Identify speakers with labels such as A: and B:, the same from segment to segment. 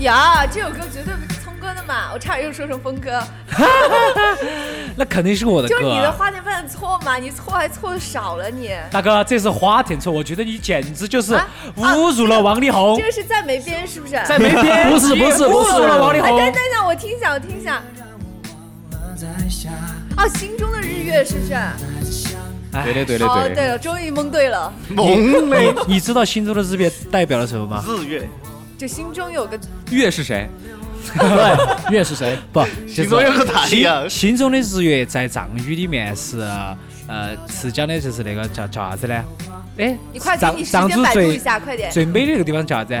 A: 呀，这首歌绝对不是聪哥的嘛！我差点又说成峰哥，
B: 啊那肯定是我的
A: 就是
B: 歌
A: 你的
B: 啊。
A: 花田犯的错嘛，你错还错的少了你。
B: 大哥，这是花田错，我觉得你简直就是
A: 啊啊
B: 侮辱了王力宏
A: 这，个是赞美编 是不是？
B: 在没边
C: 不是不是不
B: 侮
C: 是
B: 辱了王力
A: 哎，等
B: 宏
A: 等。等，我听一下，我听一下。啊，心中的日月是不是？
B: 哎
C: 对的对的
A: 哦，
C: 对
A: 对
C: 的，
A: 了，终于蒙对了。
C: 梦嘞，
B: 你你知道心中的日月代表了什么吗？
D: 日月，
A: 就心中有个
C: 月是谁？
B: 对，月是 谁？不，
D: 心中有个太阳
B: 心。心中的日月在藏语里面是呃是讲的就是那个叫叫啥子呢？哎，
A: 你快给
B: 藏
A: 你时
B: 藏
A: 间
B: 族
A: 百度一
B: 最
A: 下快点
B: 最美的那个地方叫啥子？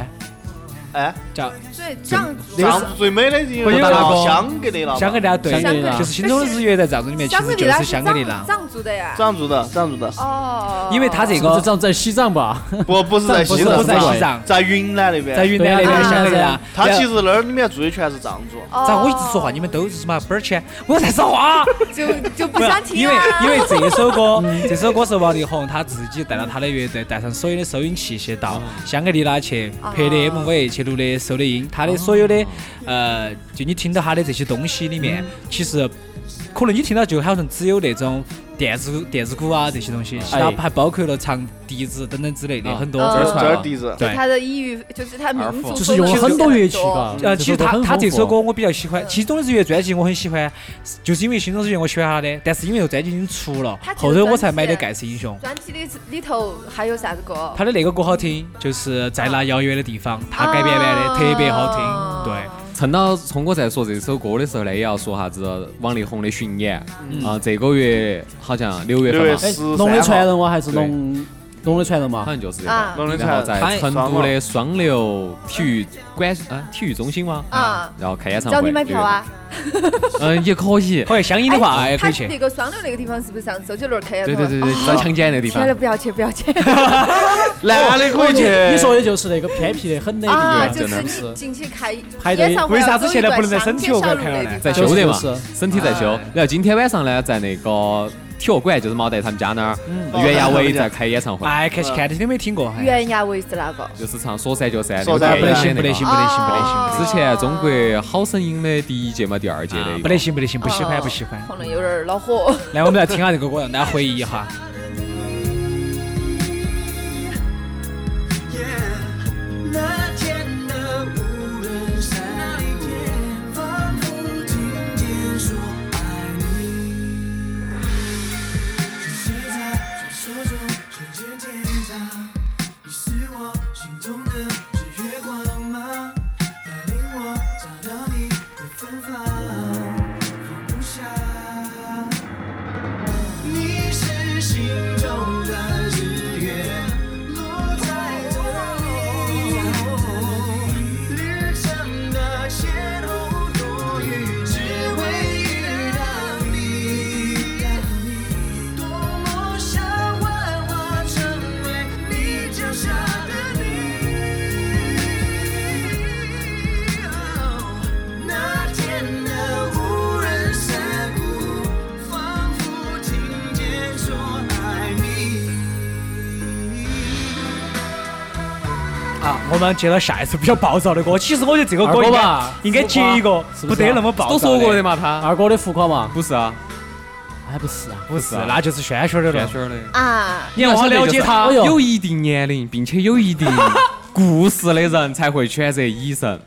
D: 哎，
B: 叫
A: 对，藏族
D: 藏族最美的已经
B: 不是
D: 到
B: 那个
D: 香格里拉吧，
B: 香格里拉，对
C: 香格里拉，
B: 就是心中的日月在藏族里面其
A: 香格
B: 实
A: 里
B: 就
A: 拉
B: 是
A: 是
B: 香格里拉
A: 藏。藏族的呀。
D: 藏族的藏族的，
A: 哦，
B: 啊因为它这
C: 不
B: 个
C: 是藏在西 藏吧？
D: 不不是在西
B: 不
D: 藏，
B: 是在西藏
D: 在云南那边，
B: 在云南那
C: 对
B: 边
A: 啊
B: 的香格里拉，
D: 他其实那儿里面住的全是藏族，
B: 然后
A: 哦，
B: 我一直说话，你们都是嘛本儿钱，我在 说话。
A: 就就不
B: 不是
A: 想听
B: 因为
A: 啊。
B: 因为这首歌，这首歌是王力宏他自己带了他的乐队，带上所有的收音器械到香格里拉去拍的
A: 哦
B: MV，去录的收的音，他的所有的呃，就你听到他的这些东西里面，其实可能你听到就好像只有那种。电子电子鼓啊这些东西，其他
C: 哎
B: 还包括了长笛子等等之类的
C: 啊
B: 很多。
A: 这
D: 这
A: 儿
D: 儿
A: 传
D: 这
C: 了
D: 儿地址。
B: 对，
A: 他的抑郁就是他民族风
C: 就是用
A: 格
C: 了很多乐器嘎。
B: 呃，其实
C: 就是
B: 他
C: 很
B: 他这首
E: 啊
C: 丰富
B: 歌我比较喜欢，其实《中日之月》专辑我很喜欢，就是因为《心中之月》我喜欢他的，但是因为这个专辑已经出了
A: 他，这个
B: 后头我
A: 专
B: 才
A: 辑
B: 买的《盖世英雄》。
A: 专辑里里头还有啥子歌？
B: 他的那个歌好听，就是在那遥远的地方，他改编版的、
A: 哦
B: 特别好听。对，
C: 趁到聪哥在说这首歌的时候呢，也要说啥子王力宏的巡演
B: 嗯
C: 啊，这个月好像六月
D: 六
C: 份
D: 月
C: 嘛，
E: 哎
D: 十三
E: 龙的传
D: 号，
E: 人哇，还是龙龙的传人
C: 好
E: 嘛？
C: 像就是这
A: 啊
C: 个。
D: 龙的
C: 然后
D: 传
C: 在成都的双流体育馆啊，体育中心哇，
A: 啊
C: 然后开演唱
A: 找
C: 会。
A: 你买票啊！
C: 六月份？嗯，也可 以。
B: 可以相应的话
A: 哎
B: 哎可
A: 他
B: 以去。
A: 那个双流那个地方是不是上周杰伦开演
C: 对
A: 唱会？
C: 对对对，在强奸那地
A: 天
C: 方
A: 了，。不要去，不要去
D: 男的可
B: 哦
D: 以
E: 你
D: 去。
E: 说的就是那个偏僻的很的
A: 啊！
E: 地
A: 就是
E: 方，真的
A: 你
E: 是。
A: 进去开
E: 排队
A: 演唱会，
B: 为啥子现在不能在身体
A: 上
B: 我看了呢
C: 在
E: 就
C: 修
E: 是
C: 的嘛
E: 就是，
C: 身体在修
B: 哎。
C: 然后今天晚上呢，在那个体育馆，就是毛蛋他们家那儿，
B: 嗯
C: 袁娅
B: 哦
C: 维在开演唱会，
B: 哎，看去看，听都没听过。哎
A: 袁娅维是哪个？
C: 就是唱《说散就散》
D: 说
C: 那
D: 散
C: 个
B: 不
C: 电
B: 得
C: 影
B: 行，不得行，
C: 的那个
B: 不得行，不得行，
A: 哦
C: 之前中国好声音的第一届嘛，第二届的一个，
B: 啊不得行，不得行，不喜欢，
A: 哦
B: 不喜欢。
A: 可能有点儿恼火。
B: 来，我们来听下这个歌，让大家回忆一下。
F: 那天的无人山巅，仿佛听见说爱你。是谁在传说中瞬间天堂？你是我心中的日月光芒，带领我找到你的芬芳，放不下。你是心中的日月，落在这里。旅程的前后多余，只为遇到你。多么想幻化成为你脚下的你。那天的无人山谷，仿佛听见说爱你。
B: 啊，我们接到下一首比较暴躁的歌。其实我觉得这个歌
E: 二
B: 应
E: 哥
B: 该
E: 吧
B: 应该接一个
E: 是
B: 不
E: 啊不是
B: 得那么暴躁。
C: 都说过的。嘛，他
E: 二哥的浮夸嘛？
C: 不是啊，
E: 哎，不是啊，
B: 啊不是，
C: 啊
B: 那就是轩轩的
C: 轩
B: 了。
C: 轩的。
A: 啊，
B: 你要往了解他
E: 哎，呦
C: 有一定年龄并且有一定故事的人才会选择医生。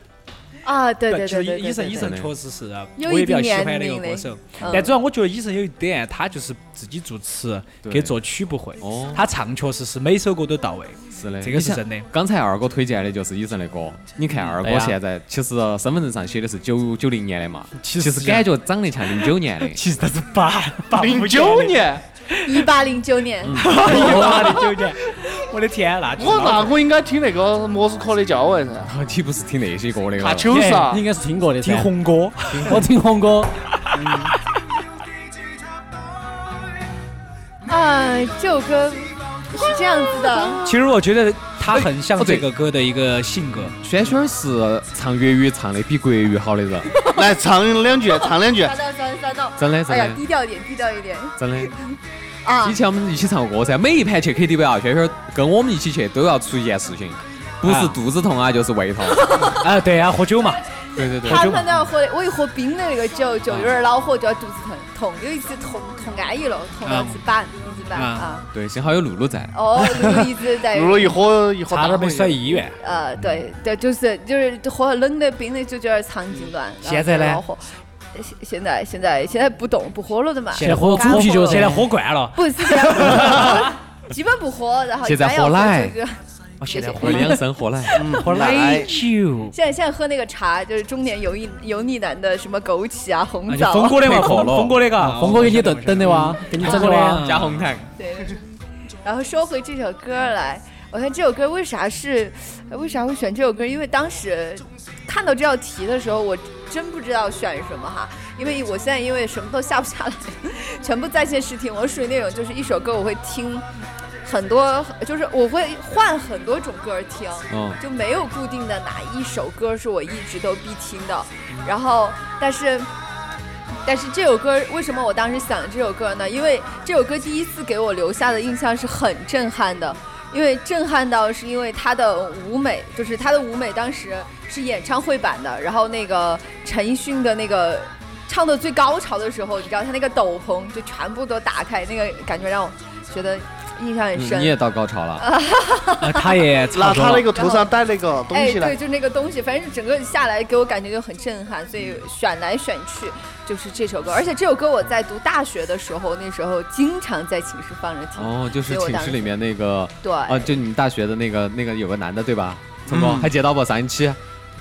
A: 啊，对对
B: 其实
A: 对对，
B: 伊森
A: 对
B: 伊
A: 对
B: 森
C: 对
B: 确实是
A: 有
B: 我也
A: 一
B: 比较
A: 定
B: 喜欢
A: 年
B: 的一个
A: 龄
B: 歌
A: 嘞
B: 手，
A: 嗯
B: 但主要我觉得伊森有一点，他就是自己作词
C: 对
B: 跟作曲不会
C: 哦，
B: 他唱确实是每首歌都到位。
C: 是 的，
B: 这个是
C: 你想
B: 真的
C: 刚才二哥推荐的就是医生的歌，你看二
B: 哎
C: 哥
B: 呀
C: 现在其实身份证上写的是九九零年的嘛，
B: 其
C: 其
B: 实啊
C: 实感觉长得像零九年的。
B: 其实他是八八零
D: 零九，年，
A: 一八零九年，
B: 八零九年，我的天，那就是
D: 我那
B: 老
D: 我应该听那个莫斯科的郊 外噻，
C: 你不是听那些歌的
D: 看
C: 哦吗？
D: 九十啊
E: 哎
B: 哎
E: 你应，该是听过的噻。
B: 听红歌，
E: 我听红哥，
A: 啊，这首歌是这样子的，
B: 其实我觉得他很像这个歌的一个性格。
C: 轩轩是唱粤语唱的比国语好的人，
D: 来唱两句，唱两句
A: 刷。到刷到刷到，
C: 真的真
A: 哎呀，
C: 的
A: 低调一点，低调一点
C: 真的。
A: 啊
C: 以！前我们一起唱过歌噻，每一盘去 KTV 啊，轩轩跟我们一起去都要出一件事情，不是肚子痛啊，就是胃痛。
B: 啊，对啊，喝酒嘛，
C: 对对
A: 他们都要喝，我一喝冰的那个酒就有点恼火，就要肚子疼痛。有一次痛痛安逸了，痛到一直板一直板
B: 啊
A: 啊。
C: 对，幸好有露露在。
A: 哦，就一直在
D: 露露一喝一喝
B: 差
D: 大
B: 点被
D: 灰
B: 甩医院。
A: 呃，对对，就是就是喝冷的冰的就叫肠痉挛。然后
B: 现在呢
A: 恼火？现现在现在现在不动不喝了的嘛。
B: 现在
E: 喝
A: 干
E: 猪啤酒
A: 了
B: 现在喝惯了，
A: 不是这样，基本不喝，然后
C: 现在
A: 一般要
C: 喝奶
A: 就
B: 我哦现在喝
C: 我养生喝奶，
B: 喝 奶酒，
A: 现在现在喝那个茶，就是中年油腻油腻男的什么枸杞啊、红
B: 啊就
A: 枣
B: 峰
A: 啊，
B: 哥的嘛，啊
C: 太渴
B: 峰
C: 了
B: 峰哥的嘎，
E: 峰哥给你等等的哇，给你整的
B: 嗯
E: 哇，
C: 加红糖。
A: 对。然后说回这首歌来，我看这首歌为啥是为啥会选这首歌？因为当时看到这道题的时候，我真不知道选什么哈，因为我现在因为什么都下不下来， 全部在线试听。我属于那种就是一首歌我会听很多，就是我会换很多种歌听。
C: 嗯，
A: 就没有固定的哪一首歌是我一直都必听的。然后，但是，但是这首歌为什么我当时想这首歌呢？因为这首歌第一次给我留下的印象是很震撼的，因为震撼到是因为它的舞美，就是它的舞美当时是演唱会版的，然后那个陈奕迅的那个。唱到最高潮的时候，你知道他那个斗篷就全部都打开，那个感觉让我觉得印象很深。
C: 嗯你也到高潮了。
B: 啊他也差
D: 拿
B: 不多
D: 他
B: 了
D: 那个头上戴那个东西
A: 哎，对，
D: 来，
A: 就那个东西，反正整个下来给我感觉就很震撼，所以选来选去就是这首歌。而且这首歌我在读大学的时候，那时候经常在寝室放着听。
C: 哦，就是寝室里面那个，
A: 对，
C: 啊，就你们大学的那个那个有个男的对吧？成哥还接到不？上一期，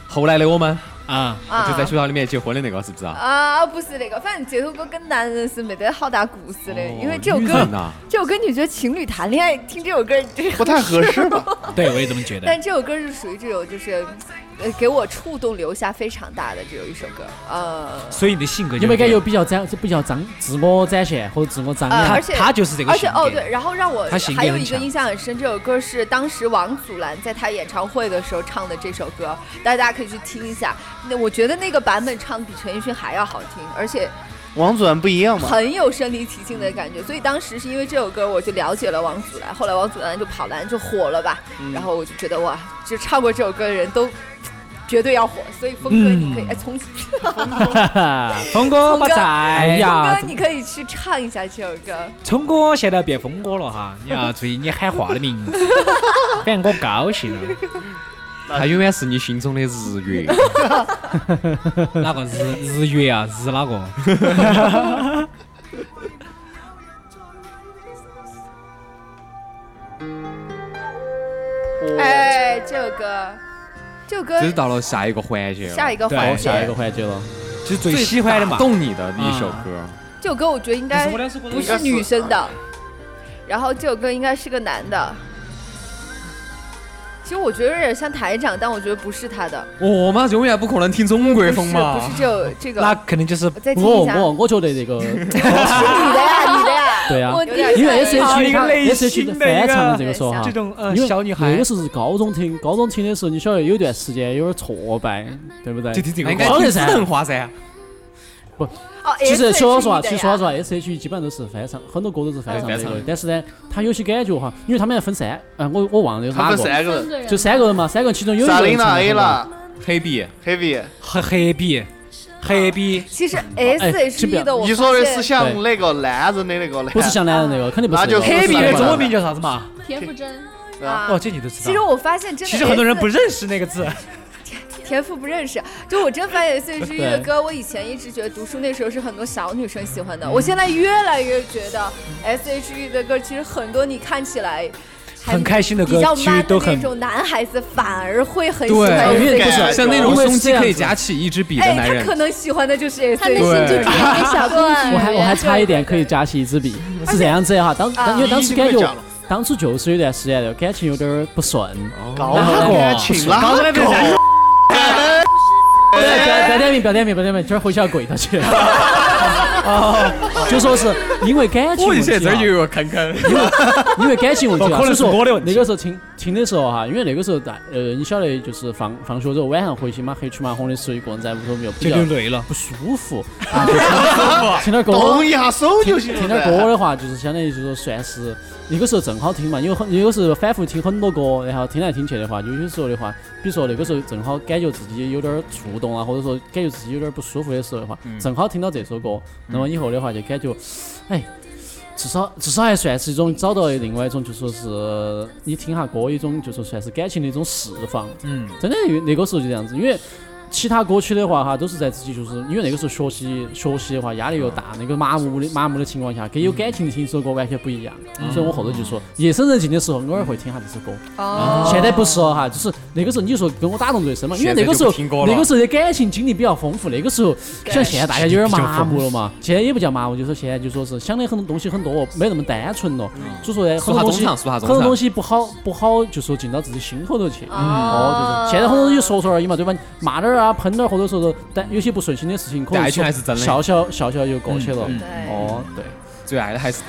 C: 后来的我们
B: 啊，
A: 啊
C: 就在学校里面结婚的那个，是不是啊？
A: 啊，不是那个，反正这首歌跟男人是没得好大故事
C: 哦
A: 的，因为这首
C: 女
A: 歌啊
C: 人，呐，
A: 这首歌你觉得情侣谈恋爱听这首歌就是
D: 不太合适吧？
B: 对我也这么觉得。
A: 但这首歌是属于这种，就是，呃，给我触动留下非常大的这种一首歌，呃，
B: 所以你的性格就
E: 有没有感觉
B: 这
E: 有
B: 样？
E: 比较张、比较张自我展现或者自我张
A: 呃
B: 啊
E: 扬？
A: 而且
B: 他就是这个
A: 而
B: 性
A: 且
B: 格。
A: 哦 对，然后让我
B: 他型
A: 还
B: 也
A: 有
B: 很
A: 一个
B: 强
A: 印象很深，这首歌是当时王祖蓝在他演唱会的时候唱的这首歌，大家可以去听一下。那我觉得那个版本唱的比陈奕迅还要好听，而且
D: 王祖蓝不一样嘛？
A: 很有身临其境的感觉。所以当时是因为这首歌，我就了解了王祖蓝。后来王祖蓝就跑男就火了吧，然后我就觉得哇，就唱过这首歌的人都绝对要火。所以峰哥，你可以、哎从
B: 峰哥
A: 峰
B: 不
A: 哥
E: 哎
B: 在，
E: 呀
A: 峰哥，，你可以去唱一下这首歌。
B: 聪哥现在变峰哥了哈，你要注意你喊话的名字， 反正我高兴了。
C: 他永远是你心中的日 月。
B: 哪个日日月啊？日哪 个？
A: 哎，这首歌，这首歌
C: 这是到了下一个环节了，
A: 下一个
B: 对
A: 环
E: 好，
A: 节，
E: 下一个环节了。
B: 就是最喜欢的嘛。
C: 动你的一首歌，
A: 这首歌我觉得应
B: 但
A: 该
B: 是我两首歌都
A: 不是女生的，然后这首歌应该是个男的。其实我觉得有点像台长，但我觉得不是他的，
C: 我嘛永远不可能听中国
A: 不是
C: 风
A: 不
C: 嘛
A: 是。这首这
B: 那
A: 个，
B: 肯定就是
A: 我再听
E: 我
A: 一下，
E: 我我觉 得这个
A: 是你的呀，你的呀，
E: 对啊
A: 我第一下
E: 因为
A: 就想
E: S
B: 啊
E: H
B: 一个类
E: S H
B: 型
E: 的
B: 的
E: 翻唱的这个时候
A: 一个
E: 哈
B: 这，种呃
E: 啊因为
B: 小女
E: 那
B: 孩
E: 个，是高中听，高中听的时候，你晓得有一段时间有点挫败，对不对？
B: 就听这
C: 那
B: 个
C: 应哎该
B: 歌。
E: 好
C: 听
E: 的
C: 紫
E: 噻
C: 藤花噻，
A: 哦，
E: 其实
A: S
E: 说老实话，
A: 是
E: 其
A: 你的呀
E: 实说老实话，S H E 基本上都是翻唱，很多歌都是翻唱的
C: 翻唱的。
E: 但是呢，他有些感觉哈，因为他们要分三，嗯，我我忘了有
D: 他
E: 哪
D: 们
E: 个，
D: 三个人，
E: 就三个人嘛，三个人其中有一
D: 莎
E: 个
D: 琳
E: 人
D: 娜
E: 唱
D: A
E: 的
D: 啦，
C: 黑笔，
D: Heavy，
B: 黑黑笔，黑笔，
A: 其实 S
E: 这
A: H
E: 边
A: E 的我
D: 你
A: 发
D: 说的
A: 现
E: 哎
D: 是像那个男人的那个男，
E: 不是像男人那个，肯定不是
D: 那
E: 那个。
D: 就黑
B: 黑
D: 笔
B: 笔
D: 的
B: 的
D: 中
B: 中
D: 文
B: 文
D: 名
B: 名叫啥子嘛？
G: 田馥甄，
A: 啊
B: 哦，这你都知
A: 其实
B: 道。
A: 我发现真的，
B: 其实很多人不认识那个字。
A: 田馥不认识，就我真发现 S H E 的歌，我以前一直觉得读书那时候是很多小女生喜欢的，我现在越来越觉得 S H E 的歌其实很多你看起来还
B: 很开心的歌
A: 比较
B: 其实
A: man
B: 都
A: 的
B: 很
A: 那种男孩子反而会很喜欢
C: 对
A: S H
E: 因为
A: E
E: 不是
C: 像那种
E: 因为是
C: 胸
E: 这
C: 肌
E: 样
C: 可以
E: 子
C: 夹起一支笔的
A: 哎，
C: 男
A: 他
C: 人
A: 可，能喜欢的就是 S
G: 他内
A: H E。
G: 心就只有一 个小公
E: 我还
G: 主。
E: 我还差一点可以夹起一支笔，是这样子的哈。当当因为
D: 啊
E: 当时感觉，当初就是有一段时间的感情有点儿不顺，
D: 高
E: 然后
D: 冷
E: 呢
D: 感情啦，高冷
E: 不要不要点名，不要点名，不要点名，今儿回去要跪他去。哦，就说是因为感情
C: 我
E: 问
C: 一
E: 题
C: 现在这儿
E: 啊
C: 就，有个坑坑。
E: 因为感情问题啊，
B: 可能是
E: 所以说
B: 我的问题
E: 那个时候听听的时候哈，因为那个时候大呃，你晓得就是放放学之后晚上回去嘛，黑黢麻红的时候一个人在屋头又比
B: 就
E: 较
B: 流泪了。
E: 不舒服，听点歌。
D: 动一下手就行
E: 听
D: 了。
E: 听点歌的话，就是相当于就是说算是那个时候正好听嘛，因为很有时候反复听很多歌，然后听来听去的话，有些时候的话，比如说那个时候正好感觉自己有点儿触动啊，或者说感觉自己有点儿不舒服的时候的话，
D: 嗯
E: 正好听到这首歌，那么以后的话就感觉，哎。至少至少还算是一种找到另外一种，就说是你听下歌一种，就说算是感情的一种释放。
B: 嗯，
E: 真的有那个时候就这样子，因为其他歌曲的话哈，都是在自己就是因为那个时候学习学习的话压力又大，那个麻木的麻木的情况下，跟有感情听一首歌完全不一样。所以我后头就说，夜深人静的时候偶尔会听下这首歌。
A: 哦，
E: 现在不是了哈，就是那个时候你说跟我打动最深嘛，因为那个时
C: 现在就
E: 候
C: 不听歌了
E: 那个时候的感情经历比较丰富，那个时候像现在大家有点
B: 比较
E: 麻
B: 丰富
E: 木了嘛，现在也不叫麻木，就说现在就说是想的很多东西很多，没那么单纯了，所以说呢，很多
C: 说下
E: 东
C: 中
E: 西
C: 场，说下
E: 很
C: 中
E: 多东
C: 场。
E: 西不好不好，就说进到自己心头头去。
A: 哦
E: 哦，就是现在很多东西说说而已嘛，对吧？骂点儿啊，喷点儿，或者说是但有些不顺心的事情，可能
C: 但爱情还是真的嗯
E: 笑笑笑笑就过去了。
A: 对
E: 哦，对，
C: 最爱的还是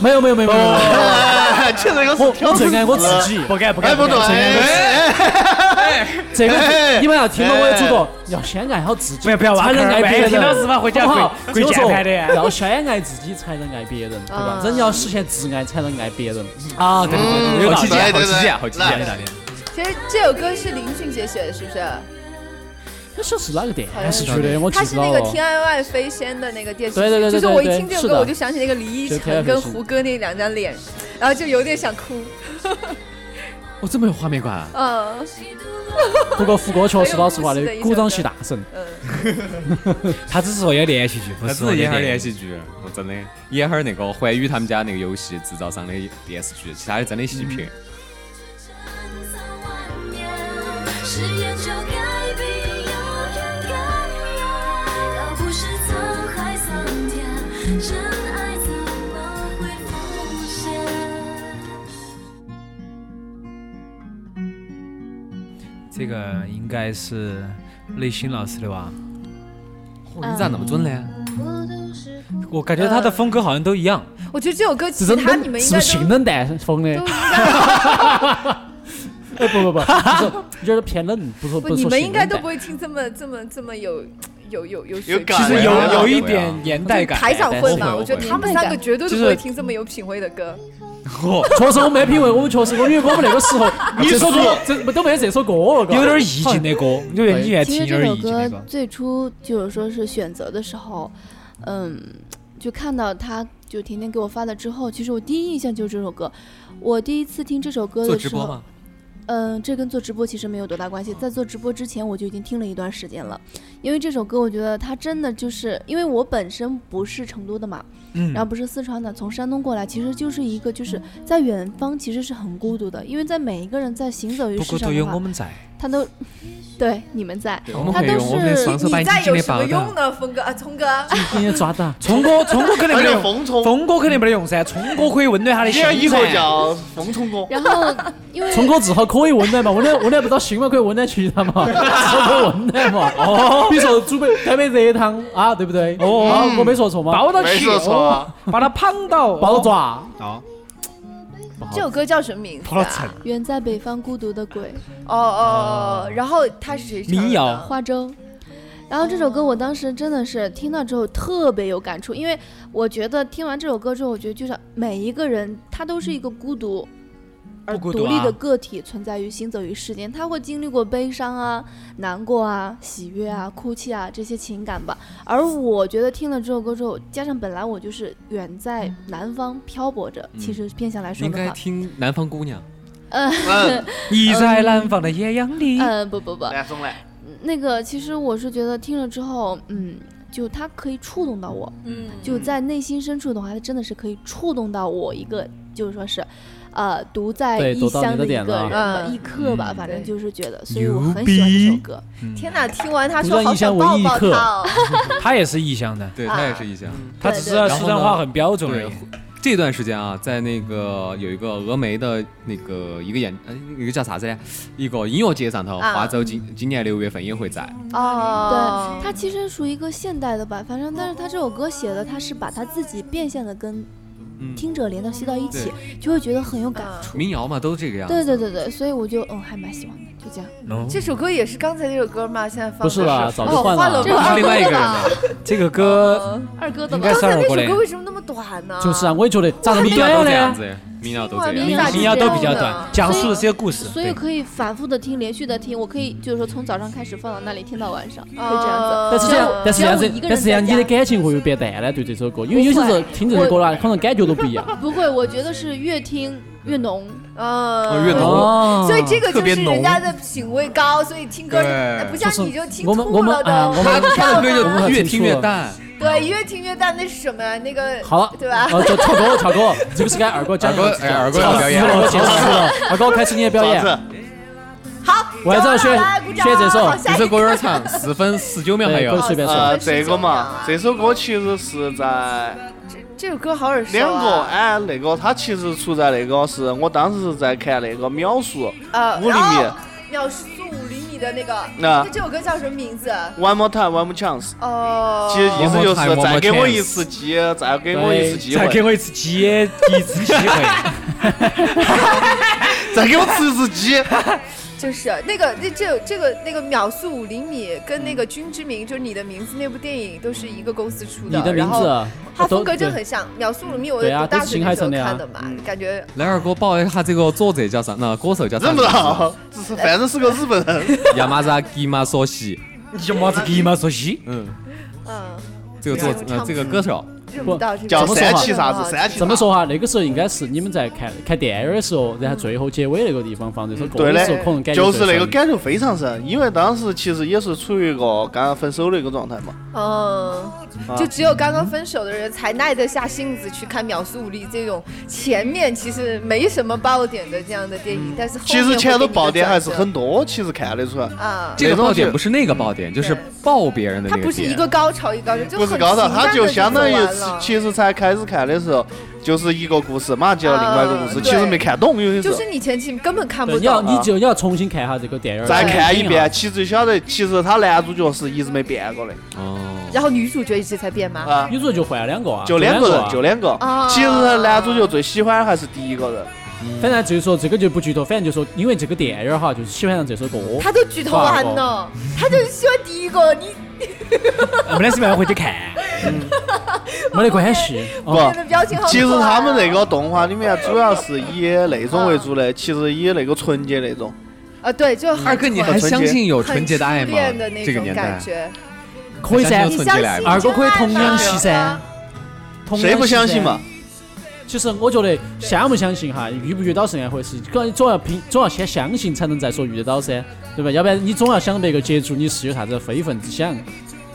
E: 没有没有没有没有，没有
D: 哎，就这个
E: 我
D: 是
E: 我最爱我自己，
B: 不敢不
D: 哎，
B: 敢
D: 不对，哎
E: 这个
D: 哎
E: 你们要听懂我的嘱托，要先爱好自己，
B: 不要不哎要挖
E: 才能
B: 坑儿
E: 爱别
B: 万一
E: 人，
B: 听到是吧回家
E: 好不好？
B: 跪
E: 只有
B: 跪键
E: 说
B: 盘的
E: 要先爱自己，才能爱别人，对吧
A: 啊？
E: 人要实现自爱，才能爱别人。
B: 啊，对对对，有
C: 好
B: 道
C: 几
B: 理，
D: 对
C: 件，好
D: 对
C: 几
D: 对
C: 件，好几
D: 来
B: 道理
C: 件。
B: 道理。
A: 其实这首歌是林俊杰写的，是不是？
E: 那小是哪个电视剧的？我
A: 他
E: 记
A: 是
E: 不到
A: 那个
E: 哦了。
A: 《天外外飞仙》的那个电视剧，
E: 对对对对
A: 就是我一
E: 对对
A: 听这首
E: 是
A: 歌，
E: 的
A: 我就想起那个李依
E: 就天外
A: 晨
E: 飞
A: 跟
E: 仙
A: 胡歌那两张脸，然后就有点想哭，
C: 我哦真没有画面感。啊
A: 嗯
E: 不过胡歌确实，老实话的
A: 很有故事的一，首歌
E: 古装戏大神。
A: 嗯，
B: 他只是说演连续剧，不
C: 他
B: 是
C: 只
B: 说
C: 是演
B: 电
C: 哈儿
B: 影
C: 连续剧，我真的演哈儿那个环宇他们家那个游戏制造商的电视剧，其他的真的稀
A: 嗯
C: 撇。
H: 誓言就该比谣言更远，要不是沧海桑田，真爱怎么会浮现？
B: 这个应该是雷欣老师的吧？
C: 哦你咋那么准呢？
B: 我感觉他的风格好像都一样，
A: 我觉得这首歌其
E: 是
A: 他你们应
E: 是不
A: 该
E: 是性
A: 都
E: 冷淡风的？
A: 都应该
E: 哎不不 不，就是有点偏冷，不说
A: 不，
E: 是
A: 你
E: 说
A: 们
E: 性
A: 应该
E: 冷
A: 都
E: 淡
A: 不会听这么这么这么有有有嗯有
D: 有
A: 水平
D: 感
B: 其
D: 觉
B: 实
D: 我
B: 有
D: 也
B: 有
D: 会
B: 一
D: 啊
B: 点年代感。
A: 台长
B: 但是
A: 会吗？
C: 我会
A: 我觉得
C: 我会
A: 他们三个绝对都
B: 就
A: 不
B: 是
A: 会听这么有品位的歌。
E: 哦确实我没品味，我们确实，因为我们那个时候这首歌这都没得这首歌了，
B: 有点意境的歌，有点你愿意
G: 其
B: 听
G: 实
B: 哎有点
G: 这首
B: 意境的
G: 歌
B: 歌。
G: 最初就是说是选择的时候，嗯，就看到他就甜甜给我发的之后，其实我第一印象就是这首歌。我第一次听这首歌
C: 做
G: 的
C: 直
G: 时
C: 播
G: 候，
C: 吗？
G: 嗯，这跟做直播其实没有多大关系。在做直播之前，我就已经听了一段时间了，因为这首歌我觉得它真的就是，因为我本身不是成都的嘛，
B: 嗯
G: 然后不是四川的，从山东过来，其实就是一个就是在远方其实是很孤独的，因为在每一个人在行走于
B: 不
G: 世
B: 过
G: 上
B: 都
G: 的
B: 有我
G: 话，
B: 们在，
G: 他都 对你们在，
C: 我们
G: 他
C: 会
G: 都
C: 用我们的
G: 是
C: 双手把
A: 你
C: 你
A: 再
C: 紧紧
A: 有
C: 的
A: 什么
C: 抱
A: 用
C: 到。
A: 呢，峰哥 啊，聪哥，
E: 今天抓到。
B: 聪哥，聪哥肯定
D: 他
B: 没
C: 哎
D: 叫
B: 有，
D: 冯冲，
B: 聪哥肯定没得用噻，聪哥可以温暖他的
D: 你
B: 心
D: 看以后
B: 噻。
D: 叫冯冲哥。
G: 然后因为
E: 聪哥至少可以温暖嘛，温暖温暖不到心嘛，可以温暖其他 嘛，至少可以温暖嘛。哦，比如说煮杯开杯热汤啊，对不对？哦，我没说错吗？
B: 抱到
D: 没
B: 起，
D: 说错
B: 哦
D: 啊，
B: 把他胖到，
E: 包抓，
B: 哦，
A: 这首歌叫什么名字
B: 抱到
A: 啊
B: 沉？，
G: 远在北方孤独的鬼，
A: 哦哦，哦然后他是谁唱的呢？
B: 民谣
G: 花粥。然后这首歌我当时真的是听到之后特别有感触，因为我觉得听完这首歌之后，我觉得就是每一个人他都是一个孤独而
B: 不孤
G: 独
B: 独
G: 立的
B: 啊。
G: 个体，存在于行走于世间，他会经历过悲伤啊、难过啊、喜悦啊、哭泣啊这些情感吧。而我觉得听了这首歌之后，加上本来我就是远在南方漂泊着，其实偏向来
C: 你
G: 说
C: 应
G: 的
C: 该
G: 话，
C: 听《南方姑娘
D: 嗯，
B: 你在南方的艳阳里，
G: 嗯，不不不，
D: 南松来，
G: 那个，其实我是觉得听了之后，嗯，就它可以触动到我，
A: 嗯，
G: 就在内心深处的话，它真的是可以触动到我一个，就是说是，呃，独在
E: 对
G: 异
E: 走到
G: 乡
E: 你的
G: 的一
E: 点
G: 个
E: 了
G: 人吧，
A: 嗯
G: 一刻吧，反
A: 对
G: 正就是觉得，所以我很喜欢这
B: 牛
G: 首
B: 逼
G: 歌。
A: 天哪！听完他
E: 不
A: 说
E: 让
A: 好
E: 异乡
A: 想
E: 为
A: 抱
E: 异
A: 抱
E: 客
A: 他哦。
B: 他也是异乡的，
C: 对
A: 啊
C: 他也是异乡。
B: 他只是四川话很标准而
C: 对
B: 已。，
C: 这段时间啊，在那个有一个峨眉的那个一个演呃一个叫啥子呢？一个音乐节上头，
A: 啊
C: 华州今今年六月份也会在。
A: 哦
G: 对，，它其实属于一个现代的吧，反正但是它这首歌写的，它是把他自己变相的跟听者连到吸到一起，就会觉得很有感触。
C: 民谣嘛，都这个样子。
G: 对对对对，所以我就嗯还蛮喜欢的，就这样。
B: 哦
A: 这首歌也是刚才那首歌吗？现在放的
E: 不是吧？早就
A: 哦
E: 换
A: 换
E: 了
A: 了，
B: 这
A: 吧
B: 是另外一个人的。这个歌
A: 嗯
G: 二哥
B: 应该
A: 刚
B: 是
A: 才
B: 二
A: 那
B: 哥
A: 首
B: 的
A: 歌，为什么那么短呢？
E: 就是啊，我也觉得咋那么
C: 民谣都
E: 短
C: 这样
E: 呢？
C: 子，民谣都
A: 哇
C: 这样。
G: 民谣
B: 民谣都
A: 是
B: 比较
A: 这样
B: 短
A: 的，
B: 讲述的是一个故事。
G: 所以
B: 对，
G: 可以反复的听，连续的听，我可以就是说从早上开始放到那里，听到晚上，可以
A: 啊
G: 这样子。
E: 但是这样，但是这样子
G: 只要我一，个人
E: 但是这样，
G: 在
E: 你
G: 家
E: 的感情会不会变淡呢？对这首歌，因为有些时候听这首歌啦，可能感觉都不一样。
G: 不会，我觉得是越听越浓。
A: 嗯，
C: 啊越懂
E: 哦
A: 所以这个就
C: 特别
A: 是人家的品味高，所以听歌
C: 对
A: 呃不像
E: 就是
A: 你就听
E: 我们
A: 吐了
E: 我们哎
A: 都。
E: 我 们
C: 他他的歌就
E: 们
C: 越听越淡，
A: 对，越听越淡，那是什么呀？那个
E: 好了，
A: 对吧
E: 然？后就跳歌，跳歌，这个是该二哥讲
C: 二
E: 的。
C: 哥哎二哥要表演
E: 死了，我气死了。二哥开始你的表
D: 爪
E: 演，
D: 子，
A: 好，
E: 我还是要选
A: 讲完了来鼓掌啊
E: 选这首
A: 好下
C: 这
A: 一
C: 首歌有点长，四分十九秒还
E: 对，
C: 有
E: 歌。随便说。
D: 呃，这个嘛，这首歌其实是在
A: 啊这首歌好耳熟
D: 两个
A: 啊！
D: 哎，那个它其实出在那个是我当时是在看那个秒数
A: 呃，
D: 五厘
A: 然后
D: 米
A: 秒速五厘米的那个，
D: 那
A: 那这首歌叫什么名字？
D: One More Time One More Chance，
A: 哦，
D: 其实意思就
C: One
D: 是
C: more time,
D: 再给
C: one more
D: 我一次机，再给我一次机
B: 再给
D: 会，
B: 我一次机，一次 机会。
D: 再给我吃一次鸡。
A: 就是那个那这这个那个秒速五厘米跟那
D: 嗯
A: 个《君之名》就是你的名字那部电影都是一个公司出
E: 你的
A: 然
E: 名
A: 后
E: 字，
A: 它
E: 我都
A: 风格就
E: 对
A: 很像。秒速五厘米，我
E: 对啊
A: 读大
E: 都是
A: 学
E: 新
A: 的
E: 海
A: 时候
E: 诚的呀
A: 看的嘛，
D: 嗯
A: 感觉
C: 来，二哥报一下这个作者叫啥？那歌手叫啥？
D: 认不到，只是反正是个日本人。
C: 亚麻扎吉马索西。
B: 你就没子给嘛说西，
C: 嗯，
A: 嗯
C: 这个作者，呃，这个歌手，
A: 认不到这个
D: 叫
E: 怎么说
D: 三
E: 话
D: 七啥子？三七啥
E: 这么说哈，那个时候应该是你们在看看电影的时候，然后最后结尾那个地方放这首歌
D: 对
E: 的时候，可
D: 的
E: 能，感觉
D: 就是那
E: 最
D: 个
E: 深
D: 感受非常深，因为当时其实也是处于一个刚刚分手的一个状态嘛。
A: 嗯，就只有刚刚分手的人才耐得下性子去看《秒速五厘》这种前面其实没什么爆点的这样的电影，但是后
D: 嗯其
A: 面
D: 实
A: 会
D: 前头
A: 给你
D: 爆点
A: 转
D: 还是
A: 折
D: 很多，其实看得出来。
A: 啊。
C: 这个爆点不是那个爆点，就是爆别人的
A: 它
C: 那
A: 不
C: 个
A: 是一
C: 点。
A: 个高潮一个高潮，就
D: 不是高潮，
A: 它
D: 它就相当于
A: 了
D: 其实才开始看的时候，就是一个故事，马上接到另外一个故事，
A: 啊
D: 其实没看懂，有些时
A: 就
D: 候
A: 是你前期根本看不
E: 对，你要
A: 懂。
E: 你就你要重新看一下这个电影，
D: 再看一
E: 重新哈
D: 遍，。其实就晓得，其实他男主角是一直没变过的
C: 哦，
A: 然后女主角一直在变吗？
D: 啊，
E: 你说就换了两个啊，
D: 就两
E: 两
D: 个
E: 啊
D: 人，就两个
A: 啊。
D: 其实他男主角最喜欢的还是第一个
A: 哦
D: 人，
E: 反正就是说这个就不剧透，反正就说因为这个电影哈，就是喜欢上这 首歌。
A: 他都剧透完了，他就是喜欢第一个，你
B: 我们俩是不是要回去看？
E: 没得关系，
D: 不
E: 哦，
A: 你的表情好可爱啊。
D: 其实他们那个动画里面啊主要是以那种为主的，其实以那个纯洁那种。
A: 啊，对，就
C: 二哥，你还相信有纯洁的爱吗
A: 恋的？那
C: 这个
A: 种
C: 年代
A: 感，觉，
E: 可以噻
C: 还是，
A: 你
C: 纯
A: 相
C: 洁
A: 信
C: 的爱吗
E: 二哥可以同样
A: 戏
E: 戏噻。。同样
D: 谁不相信
E: 戏噻
D: 嘛？？
E: 其实我觉得相不相信哈，遇不遇到是那回事，可能总要拼，总要先相信才能再说遇得到噻，对吧？要不然你总要想别个接触你是有啥子非分之想。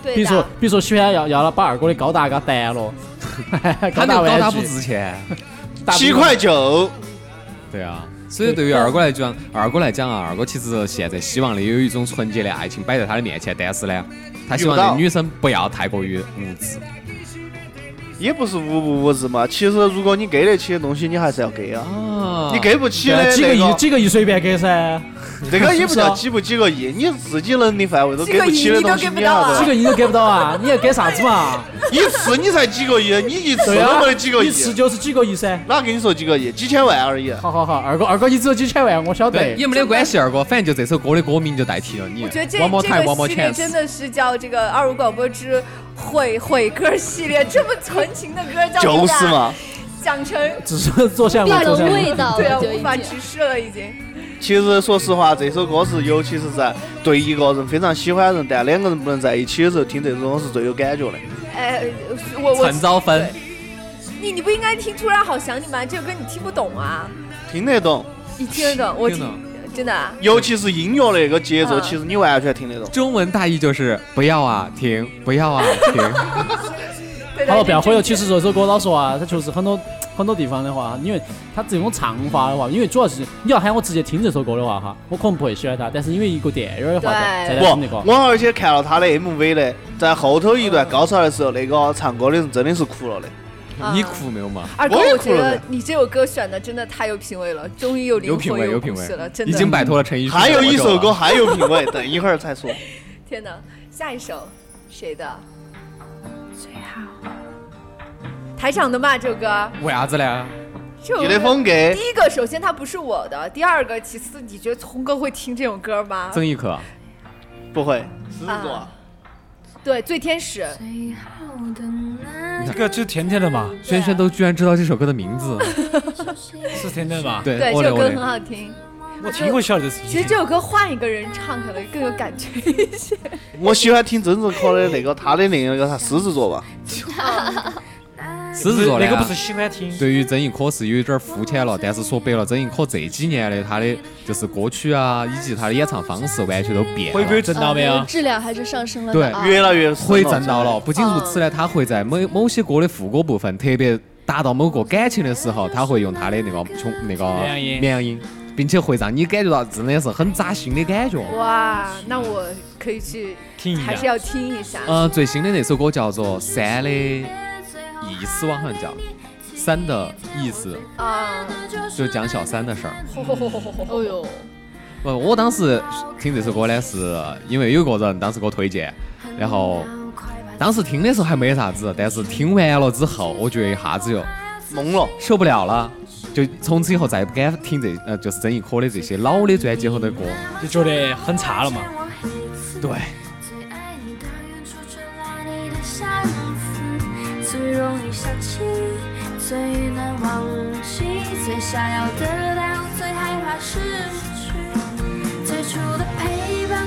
A: 对的
E: 比如说，比如说喜欢要要把二哥的高达给他弹 了，
C: 他那
E: 达
C: 个高达
E: 玩
C: 不
E: 具，
C: 值钱。
E: 达不
D: 七块九，
C: 对啊，所以对于二哥来讲，二哥来讲啊，二哥其实现在希望的有一种纯洁的爱情摆在他的面前，但是呢，他希
D: 遇
C: 望
D: 不
C: 这
D: 到
C: 女生不要太过于物质。
D: 也不是无不物质嘛。其实如果你给得起的东西，你还是要给啊。
C: 啊
D: 你给不起
E: 哦对
D: 的
E: 几个
D: 那
E: 亿几个亿随便给噻，
D: 这个也不
E: 是啊
D: 叫几不几个亿，你自己能力范围都给不起的东
A: 几
D: 西，
A: 个亿你都给不
D: 你
A: 到啊
D: 还
E: 几
D: 是
E: 个亿都给不到啊！ 你要给啥子嘛？
D: 一次你才几个亿，你一次
E: 对啊
D: 都没几，个亿
E: 一，次就是几个亿噻。
D: 哪跟你说几个亿？几千万而已。
E: 好好好，二哥二哥你只有几千万，我晓得。
C: 对，也没得关系，二哥，反正就这首歌的歌名就代替了你。
A: 我觉得这
C: One more
A: 这
C: time, one
A: 个
C: more
A: 系列真
C: chance。
A: 的是叫这个二五广播之毁毁歌系列，这么纯情的歌叫
D: 就是，嘛，
A: 讲成
E: 只是坐下啊我
G: 变了
E: 坐下我
G: 味道
A: 对啊，
G: 了，就
A: 无
G: 已
A: 法
G: 经。
A: 直视了已经。
D: 其实说实话，这首歌是尤其是在对一个人非常喜欢的人，但两个人不能在一起的时候听这首歌是最有感觉的。
A: 哎，我我
C: 陈昭芬，
A: 你你不应该听《突然好想你》吗？这首歌你听不懂啊，
D: 听得懂，
A: 你听得懂？我
C: 听得懂
A: 真的啊。
D: 尤其是音乐的那个节奏，
A: 啊
D: 其实你完全听得懂。
C: 中文大意就是不要啊，停，不要啊，停。
A: 对
E: 好了，不要
A: 回
E: 忽悠。其实这首歌老实说啊，它确实很多很多地方的话，因为它这种唱法的话，因为主要是你要喊我直接听这首歌的话哈，我可能不会喜欢它，但是因为一个电影的话，
A: 对
E: 再
D: 不
E: 来听那个，。
D: 我而且看了他的 MV 的，在后头一段高潮的时候，那个唱歌的人真的是哭了的。
A: 啊
C: 你哭没有嘛？
A: 二哥，
D: 我也
A: 我
D: 哭
A: 觉
D: 了
A: 得你这首歌选的真的太有品味了，终于有灵
C: 有
A: 魂
C: 品味，有
A: 故
C: 品
A: 事了，
C: 味，
A: 真
C: 已
A: 的。
C: 经摆脱了陈奕迅。
D: 还有一首歌
C: 我
D: 还有品味，等一会儿再 说。
A: 天哪，下一首谁的？台场的嘛，这首歌，
C: 为啥子呢？
A: 这首
D: 你的
A: 歌。
D: 风格，
A: 第一个，首先它不是我的；第二个，其次，你觉得聪哥会听这种歌吗？
C: 曾轶可，
D: 不会，狮子座
A: 啊，对，《醉天使》
H: 最后的那
B: 这个就是甜甜的嘛，
C: 轩轩都居然知道这首歌的名 字，
B: 是甜甜的嘛。
C: 对
A: 对，这
C: 哦嘞
A: 首歌
C: 哦
A: 很
C: 嘞，
A: 好听。
B: 我听过小的事情。
A: 其实这首歌换一个人唱可能更有感觉一些。
D: 我喜欢听曾志可的那个他的另一个啥狮子座吧，
C: 狮子座的
B: 那
C: 啊
B: 个不是喜欢听。
C: 对于曾轶可是有一点儿肤浅了，但是说白了，曾轶可这几年的她的就是歌曲啊，以及她的演唱方式完全都变
B: 回归
C: 了。
B: 正道没啊
A: 哦
G: 呃
B: 有？
G: 质量还是上升了
C: 对
G: 的啊。
D: 越来越深
C: 回正道了。
D: 了。
C: 不仅如此呢，她会在某某些歌的副歌部分，特别达到某个感情的时候，她会用她的那个穷那个
B: 绵羊音
C: 绵羊音，并且会让你感觉到真的是很扎心的感觉。
A: 哇，那我可以去
B: 听一下
A: 还是要听一下。
C: 嗯，最新的那首歌叫做《山的意思》吧，好像叫《山的意思
A: 啊，》，
C: 就讲小三的事儿。
A: 哦呦，
C: 不，我当时听这首歌呢，是因为有个人当时给我推荐，然后哦当时听的时候还没啥子，但是听完了之后，我觉得一下子就
D: 懵了，
C: 受不了了，就从此以后再也不敢听这呃就是曾轶可的这些老的专辑和的歌。
B: 就觉得很差了嘛。
C: 对，
H: 最爱你的远处传来你的相思，最容易想起，最难忘记，最想要得到，最害怕失去。最初的陪伴，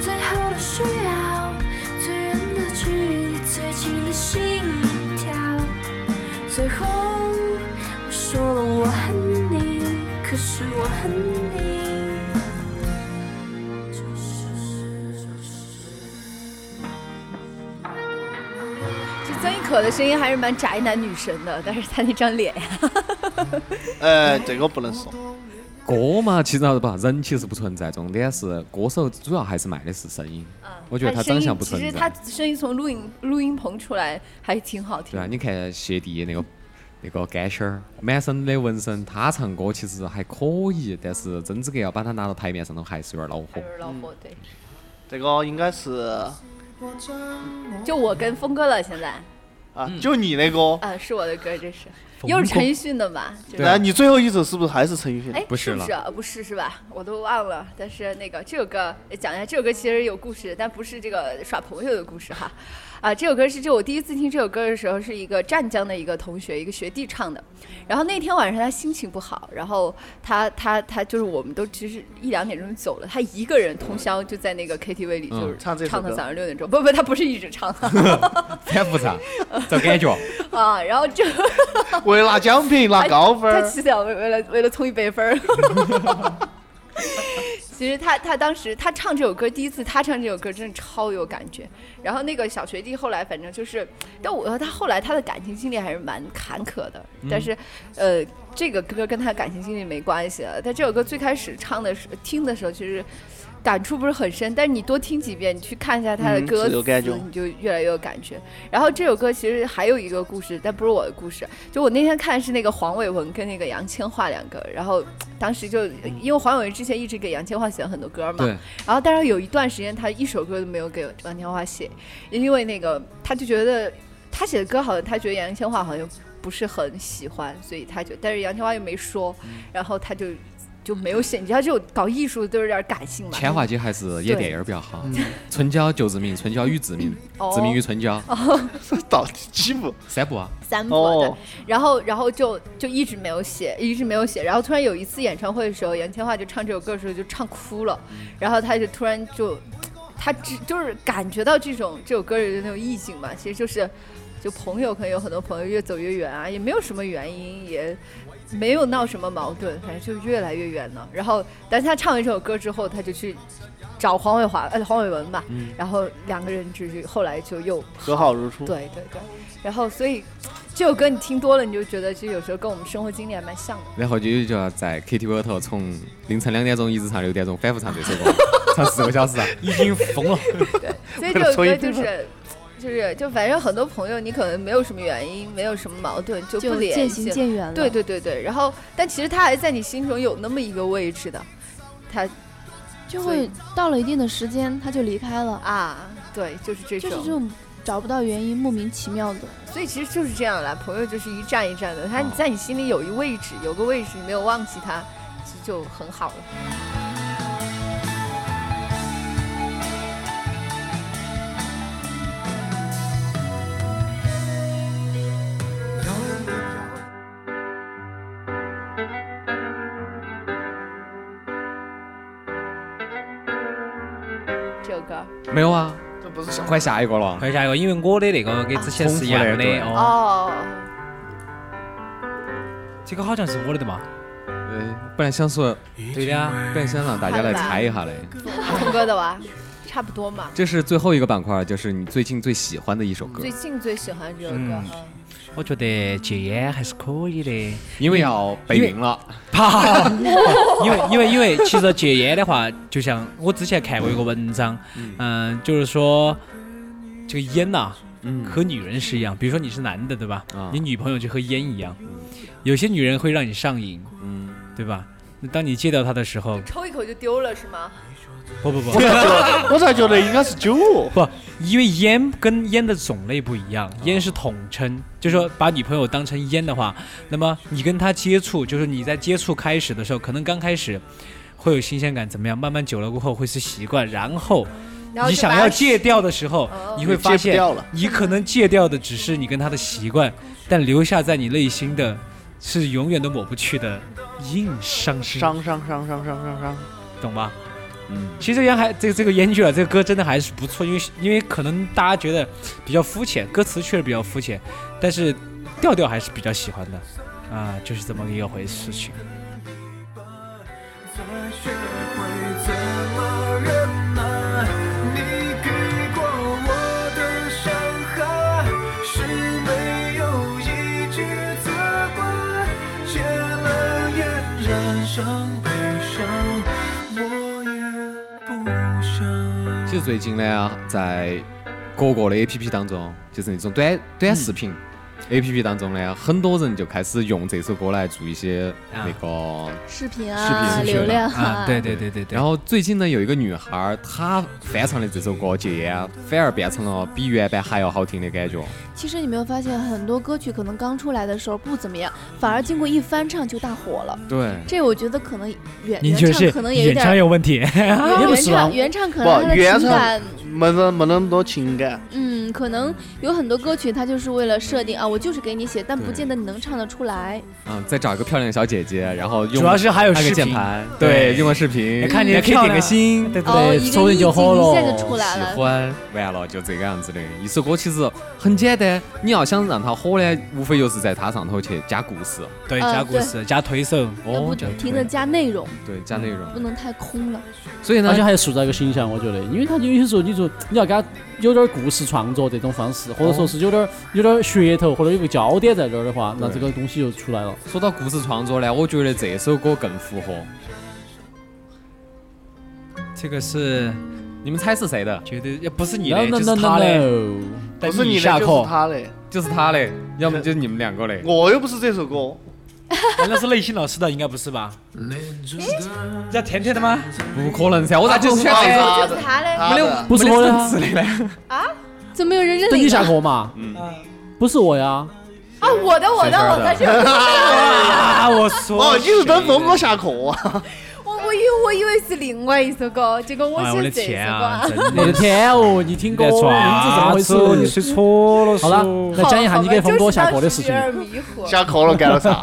H: 最后的需要，最远的距离，最近的心跳。最后我说了我恨你，可是我恨你。
A: 这曾轶可的声音还是蛮宅男女神的，但是她那张脸呀，
D: 哎，这个不能说。
C: 歌嘛，其实啊不，人其实不存在，重点是歌手主要还是卖的是声音。我觉得
A: 她
C: 她
A: 嗯声
C: 长
A: 音
C: 相不
A: 其实
C: 存
A: 她
C: 在。
A: 声音从录音录音棚出来还挺好听
C: 对啊，。你看谢帝那个那个干仙儿，满身的纹身，他唱歌其实还可以，但是曾志格要把他拿到台面上头还是有点恼
A: 还
C: 火。
A: 有老婆对，
D: 这个应该是
A: 就我跟峰哥了，现在
D: 啊，
B: 嗯
D: 就你那个，
A: 啊是我的歌，这是又是陈奕迅的吧？这
B: 啊
D: 那你最后一首是不是还是陈奕迅？
A: 哎，
C: 不是
A: 是
C: 了
A: 不是？呃不是是吧？我都忘了。但是那个这首歌也讲一下，这首歌其实有故事，但不是这个耍朋友的故事哈。啊，这首歌是这我第一次听这首歌的时候，是一个湛江的一个同学，一个学弟唱的。然后那天晚上他心情不好，然后他他他就是我们都其实一两点钟走了，他一个人通宵就在那个 KTV 里就是
D: 嗯唱这首
A: 唱到
D: 歌
A: 早上六点钟。不不，他不是一直唱
C: 反复唱，找感觉。
A: 啊，然后这
D: 为了拿哎奖品拿高分
A: 他
D: 儿，
A: 其实要为为了为了冲一百分儿。 其实他他当时他唱这首歌，第一次他唱这首歌真的超有感觉。然后那个小学弟后来反正就是，但我和他后来他的感情经历还是蛮坎坷的。
D: 嗯
A: 但是，呃，这个歌跟他感情经历没关系了。但这首歌最开始唱的时听的时候，其实感触不是很深。但是你多听几遍，你去看一下他的
D: 嗯
A: 歌
D: 是
A: 词，
D: 有感觉
A: 你就越来越有感觉。然后这首歌其实还有一个故事，但不是我的故事。啊就我那天看是那个黄伟文跟那个杨千嬅两个，然后当时就因为黄伟文之前一直给杨千嬅写了很多歌嘛，
C: 对，
A: 然后但是有一段时间他一首歌都没有给杨千嬅写，因为那个他就觉得他写的歌好像他觉得杨千嬅好像不是很喜欢，所以他就但是杨千嬅又没说，然后他就就没有写。你知道这种搞艺术都有点感性嘛，
C: 千嬅姐还是演电影儿比较好。春娇救志明，春娇与志明，
A: 哦
C: 志明与 春娇，
D: 到底几步？
C: 三部啊。
A: 三部的。
D: 哦，
A: 然后，然后就就一直没有写，一直没有写。然后突然有一次演唱会的时候，杨千嬅就唱这首歌的时候就唱哭了，然后她就突然就，她只就是感觉到这种这首歌的那种意境嘛，其实就是，就朋友可能有很多朋友越走越远啊，也没有什么原因，也没有闹什么矛盾，反正就越来越远了。然后，但是她唱完这首歌之后，她就去找黄伟华呃黄伟文吧，然后两个人就是后来就又
D: 和好如
G: 嗯
D: 初。
A: 对对对，然后所以这首歌你听多了，你就觉得其实有时候跟我们生活经历还蛮 像的。
C: 然后就就要在 KTV 里头从凌晨两点钟一直唱六点钟，反复唱这首 歌，唱四个小时啊。
B: 已经疯了。
A: 所以这首歌就是。就是就反正很多朋友，你可能没有什么原因，没有什么矛盾，就不
G: 就
A: 联系
G: 渐行渐远了。
A: 对对对对，然后但其实他还在你心中有那么一个位置的，他
G: 就
A: 所以
G: 会到了一定的时间，他就离开了，
A: 啊，对，就是这
G: 就是
A: 种
G: 这种找不到原因，莫名其妙的。
A: 所以其实就是这样啦，朋友就是一站一站的，他
C: 哦
A: 在你心里有一位置，有个位置，你没有忘记他，就就很好了。这首歌
C: 没有啊，
D: 这不是小
C: 快下一个了。
B: 快下一个，啊因为我的那个呃跟之前是一样
C: 重复的对
B: 的哦。
A: 哦，
B: 这个好像是我的的嘛？
C: 呃，本来想说，
B: 对的啊。
C: 本来想让大家来猜一下的。
A: 童哥的吧， 差不多嘛。
C: 这是最后一个板块，就是你最近最喜欢的一首歌
A: 最，近最喜欢这首歌，
B: 嗯
A: 嗯
B: 我觉得戒烟还是可以的。
C: 因为要备孕了。
B: 啪！ 因为因为因为其实戒烟的话，就像我之前看过一个文章，嗯、就是说这个烟呐、
C: 嗯
B: 和女人是一样，比如说你是男的，对吧？
C: 啊
B: 你女朋友就和烟一样，有些女人会让你上瘾，
C: 嗯，
B: 对吧？那当你戒掉它的时候，
A: 抽一口就丢了是吗？
B: 不不不
D: 我才觉得应该是酒哦。
B: 不，因为烟跟烟的种类不一
C: 啊
B: 样，烟是统称，就是说把女朋友当成烟的话，那么你跟她接触，就是你在接触开始的时候，可能刚开始会有新鲜感，怎么样？慢慢久了过后会是习惯，然后
A: 然后
B: 你
A: 就
B: 想
A: 把哦它
B: 要戒掉的时候，
G: 嗯
B: 你会发
D: 戒不
B: 现
D: 掉了
B: 你可能戒掉的只是你跟他的习惯，但留下在你内心的是永远都抹不去的硬伤心，
D: 伤伤伤伤伤伤伤，
B: 懂吗？
C: 嗯，
B: 其实这个烟还这这个烟剧啊，这个歌真的还是不错，因为因为可能大家觉得比较肤浅，歌词确实比较肤浅，但是调调还是比较喜欢的，啊，就是这么一个回事情。
F: 才学会怎么忍耐。你给过我的伤害，是没有一句责怪。戒了烟，染上悲伤，我也不想。
C: 其实最近呢，在各个的 A P P 当中，就是那种短短视频 A P P 当中呢，很多人就开始用这首歌来做一些那个。
G: 视频
C: 视
G: 啊，
C: 频是
G: 流量
B: 啊，对对对对对。
C: 然后最近呢，有一个女孩儿，她翻唱的这首歌《戒烟》，反而变成了比原版还要好听的感觉。
G: 其实你没有发现，很多歌曲可能刚出来的时候不怎么样，反而经过一翻唱就大火了。
C: 对，
G: 这我觉得可能原
B: 您
G: 原
B: 确
G: 唱
B: 实
G: 可能也有
B: 演
G: 点
B: 唱
G: 儿，
B: 有问 题，
G: 原
E: 也不
G: 原
E: 是吧
G: 唱原唱可
D: 不
G: 能他的
D: 原
G: 情
D: 唱
G: 感，
D: 没那没那么多情感。
G: 嗯，可能有很多歌曲它就是为了设定啊，我就是给你写，但不见得你能唱得出来。
C: 嗯，再找一个漂亮的小姐姐，然后用
B: 主要是还有
C: 拍个
B: 视
C: 键
B: 频，
C: 盘，
B: 对哎
C: 对，用个视频，
B: 看你
C: 也
B: 的
C: 可以点
B: 嗯漂
C: 个
B: 亮
C: 心，
B: 对不
G: 哦，
B: 对？
G: 一
E: 收
G: 个
E: 人
G: 意
E: 就
G: 境
E: 好
G: 一下
E: 咯
G: 就出来
C: 喜
G: 了。
C: 欢，完了就这个样子的。一首歌其实很简单，你要想让它火呢，无非就是在它上头去加故事，
B: 对，
G: 嗯
B: 加故事，加推手，
G: 要不嗯
B: 加推
G: 停的加内容，
C: 哦对，加内
G: 不
C: 容。
G: 能太空了。
C: 所以呢
E: 而且，还塑造一个形象，我觉得，因为他有些时候你说你要给他有点故事创作这种方式，或者说是有点有点噱头，或者有个焦点在这儿的话，那
C: 对
E: 这个东西就出来了。
C: 说到故事创作呢，我觉得这首歌更符合。
B: 这个是
C: 你们猜是谁的？
B: 绝对不是你
E: No
B: 的，
E: no
B: 就
E: no
B: 是
E: no
B: 他的，
E: no，
B: 但
D: 不是你
B: 下
D: 的就是
B: 课，
D: 他的，
C: 就是他的，要么就是你们两个的。
D: 我又不是这首歌，
B: 难道是内心老师的？应该不是吧？人家哎甜甜的吗？
C: 不可能噻，我咋就是选
D: 啊
C: 这个？
D: 他
A: 就是
D: 的
A: 他嘞，
D: 他
C: 没
D: 的
C: 得
E: 不是我的啊
C: 层次的嘞。
G: 怎么没有人认
E: 等你
G: 领
E: 下
G: 啊？
E: 课嘛，
C: 嗯，
E: 不是我呀，
A: 啊，我的我
C: 谁
A: 的
C: 说
A: 我
C: 的
A: 的这首 歌，
B: 啊，我说
D: 哦，你是等峰哥下课 啊？
A: 我我以为我以为是另外一首歌，结果我
B: 哎，我的
A: 是这首
B: 天
A: 歌
B: 啊，。真
E: 我
B: 的
E: 的天哦，你听歌名字怎么回
B: 你
E: 事？
B: 睡错了，
E: 好了，
A: 好
E: 来讲一下
A: 好
E: 你
A: 吧
E: 给峰
A: 就
E: 哥
A: 是
E: 下
A: 当
E: 课的事
A: 时
E: 情
A: 有。点迷惑。
D: 下课了干了啥？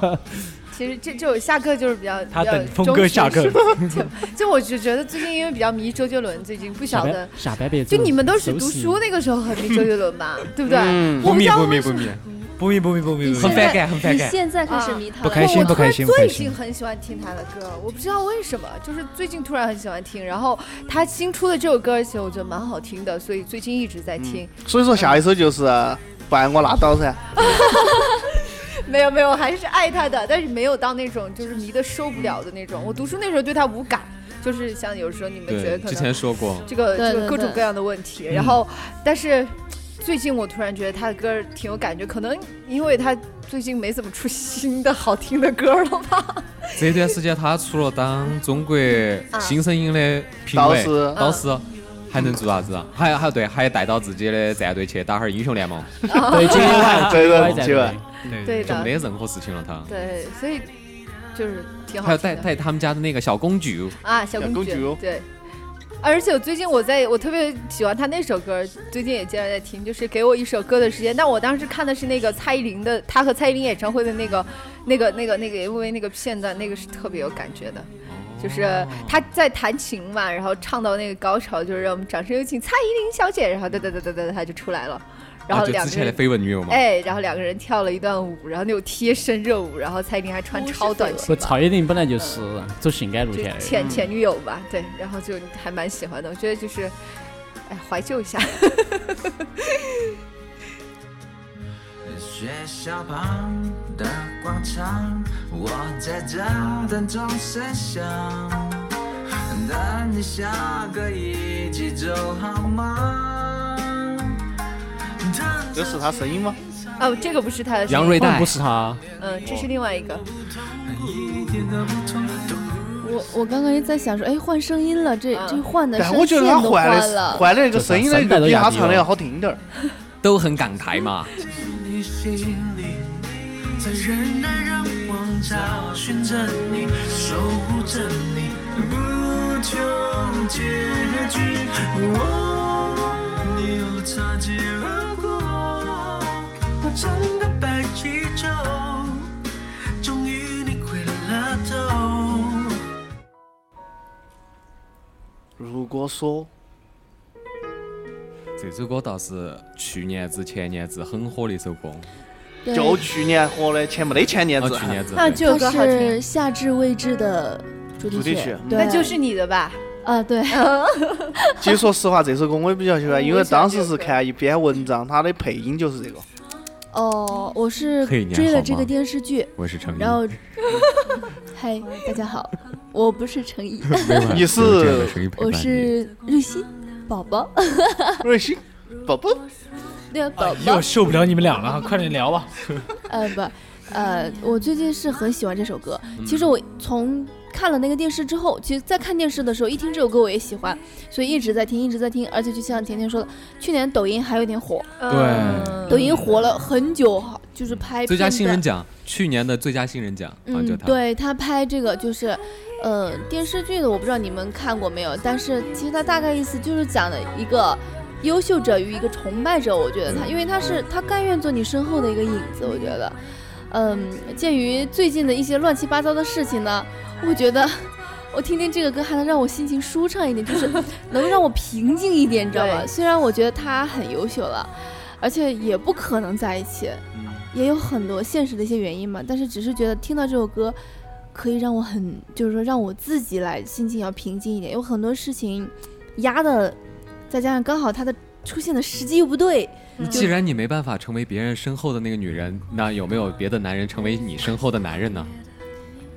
A: 其实这这种下课就是比较，
B: 他
A: 比较
B: 等峰哥下课
A: 忠实。就我就觉得最近因为比较迷周杰伦，最近不
E: 下
A: 晓得
E: 班，下班别走
A: 就你们都是
E: 收
A: 读
E: 拾
A: 书那个时候很迷周杰伦吧，对不对？
D: 嗯
A: 我不
C: 不
A: 知
C: 迷
A: 道
C: 不
A: 为
C: 迷
A: 什
C: 不
A: 么
C: 迷，
B: 不迷不迷不迷
G: 你
B: 不
G: 现
B: 迷，
G: 在
C: 感很反
G: 你
C: 感
G: 现在开始
A: 啊
G: 迷他
B: 不
G: 了，
B: 开心
A: 我
B: 不
A: 突
B: 开
A: 然
B: 心不开
A: 最
B: 心
A: 近很喜欢听他的歌，我不知道为什么，就是最近突然很喜欢听。然后他新出的这首歌，其实我觉得蛮好听的，所以最近一直在听。
D: 所以说下一首就是不爱我拉倒噻。
C: 嗯
A: 没有没有，还是爱他的，但是没有到那种就是迷得受不了的那种。我读书那时候对他无感，就是像有时候你们觉得
C: 对，
A: 可
C: 之
A: 能
C: 前嗯说过，
A: 这个
G: 对
A: 这个
G: 对
A: 各种
G: 对
A: 各样的问题。然后，但是最近我突然觉得他的歌挺有感觉，可能因为他最近没怎么出新的好听的歌了吧。
C: 这段时间他除了当中国新声音的评
D: 导
C: 委
D: 师
C: 导师，嗯还能做啥子啊？还还对，还要带到自己的战队去打会儿英雄联盟，
E: 对，今
B: 哎
E: 晚
D: 对对
E: 今
D: 今晚
E: 晚
A: 对
B: 对
C: 就没
A: 的，
C: 得任何事情了他。
A: 对，所以就是挺好
C: 还要
A: 听的。
C: 带带他们家的那个小公举，
A: 啊，小
D: 小
A: 公
D: 公
A: 举，
D: 举哦
A: 对。而且我最近我在我特别喜欢他那首歌，最近也经常在听，就是给我一首歌的时间。但我当时看的是那个蔡依林的，她和蔡依林演唱会的那个、那个、那个、那个 MV 那个片段，那个是特别有感觉的。就是
D: 哦
A: 她在弹琴嘛，然后唱到那个高潮，就是让我们掌声有请蔡依林小姐，然后哒哒哒哒哒，她就出来了，然
C: 啊，
A: 后
C: 就
A: 两
C: 之
A: 个
C: 前的
A: 人。
C: 绯闻女友嘛。
A: 哎，然后两个人跳了一段舞，然后那种贴身热舞，然后蔡依林还穿超短裙
E: 不，
A: 嘛，
E: 蔡依林本来就是走性感路
A: 就
E: 线的，
A: 前前女友吧，对，然后就还蛮喜欢的，我觉得就是，哎，怀旧一下。
F: 学校旁的广场，我在这等钟声响，等你下课一起走好吗？
D: 这是他声音吗？
A: 哦，这个不是他的声音
C: 杨瑞
E: 那
C: 代
E: 不，是他，
A: 嗯，这是另外一个。
G: 我我刚刚也在想说，哎，换声音了，这
A: 嗯
G: 这换的
D: 但
G: 声
D: 我觉
G: 线
D: 得他
G: 都
D: 换
G: 换
D: 的
G: 了，
D: 换的那个声音的就比他唱的要好听点儿。
C: 都很感慨嘛。
F: 你心里，在人来人往找寻着你，守护着你，不求结局。我又擦肩而过，我真的白气球，终于你回了头。
D: 如果说
C: 这首歌倒是去年子、前年子很火的一首歌，
G: 对
D: 就去年火的，前没得前年
C: 啊，
D: 子
C: 去，年子。
A: 那
C: 对
A: 这首歌
G: 它
A: 好
G: 是
A: 听，
G: 夏至未至的主
D: 主
G: 题
D: 题
G: 曲
D: 曲，
G: 对
A: 那就是你的吧？
G: 啊，对，
D: 其实说实话，这首歌我也比较喜欢，因
A: 我也
D: 为
A: 喜欢
D: 当
A: 这
D: 时
A: 首
D: 是
A: 歌
D: 看一篇文章，它的配音就是 这个。
G: 哦，我是
C: 嘿你还
G: 追
C: 好
G: 了这
C: 吗嗯
G: 个电视剧，
C: 我是陈毅，
G: 然后， 嗨，大家好，我不是陈 怡，
C: 没有办法
D: 你是
C: 有这样的声音陪伴
G: 我
C: 你
G: 是瑞希宝宝，
C: 哎
D: 瑞希，宝宝，
G: 那个宝
B: 哎又
G: 啊宝，
B: 受不了你们俩了，快点聊吧。
G: 呃，不，呃，我最近是很喜欢这首歌。
C: 嗯
G: 其实我从看了那个电视之后，其实在看电视的时候，一听这首歌我也喜欢，所以一直在听，一直在听。而且就像甜甜说的，去年抖音还有点火，
A: 嗯
G: 抖音火了很久，就是拍
C: 最佳
G: 片
C: 新
G: 的
C: 人奖，去年的最佳新人奖啊，就
G: 嗯，
C: 他。
G: 对他拍这个就是，呃，电视剧的我不知道你们看过没有，但是其实他大概意思就是讲的一个优秀者与一个崇拜者，我觉得
C: 嗯
G: 他，因为他是他甘愿做你身后的一个影子，我觉得，嗯，鉴于最近的一些乱七八糟的事情呢，我觉得。我听听这个歌还能让我心情舒畅一 点，就是能让我平静一点，你知道吧？
A: 对
G: 虽然我觉得他很优秀了，而且也不可能在一起，
A: 嗯
G: 也有很多现实的一些原因嘛。但是只是觉得听到这首歌，可以让我很，就是说让我自己来心情要平静一点。有很多事情压的，再加上刚好他的出现的时机又不对，
C: 既然你没办法成为别人身后的那个女人，那有没有别的男人成为你身后的男人呢？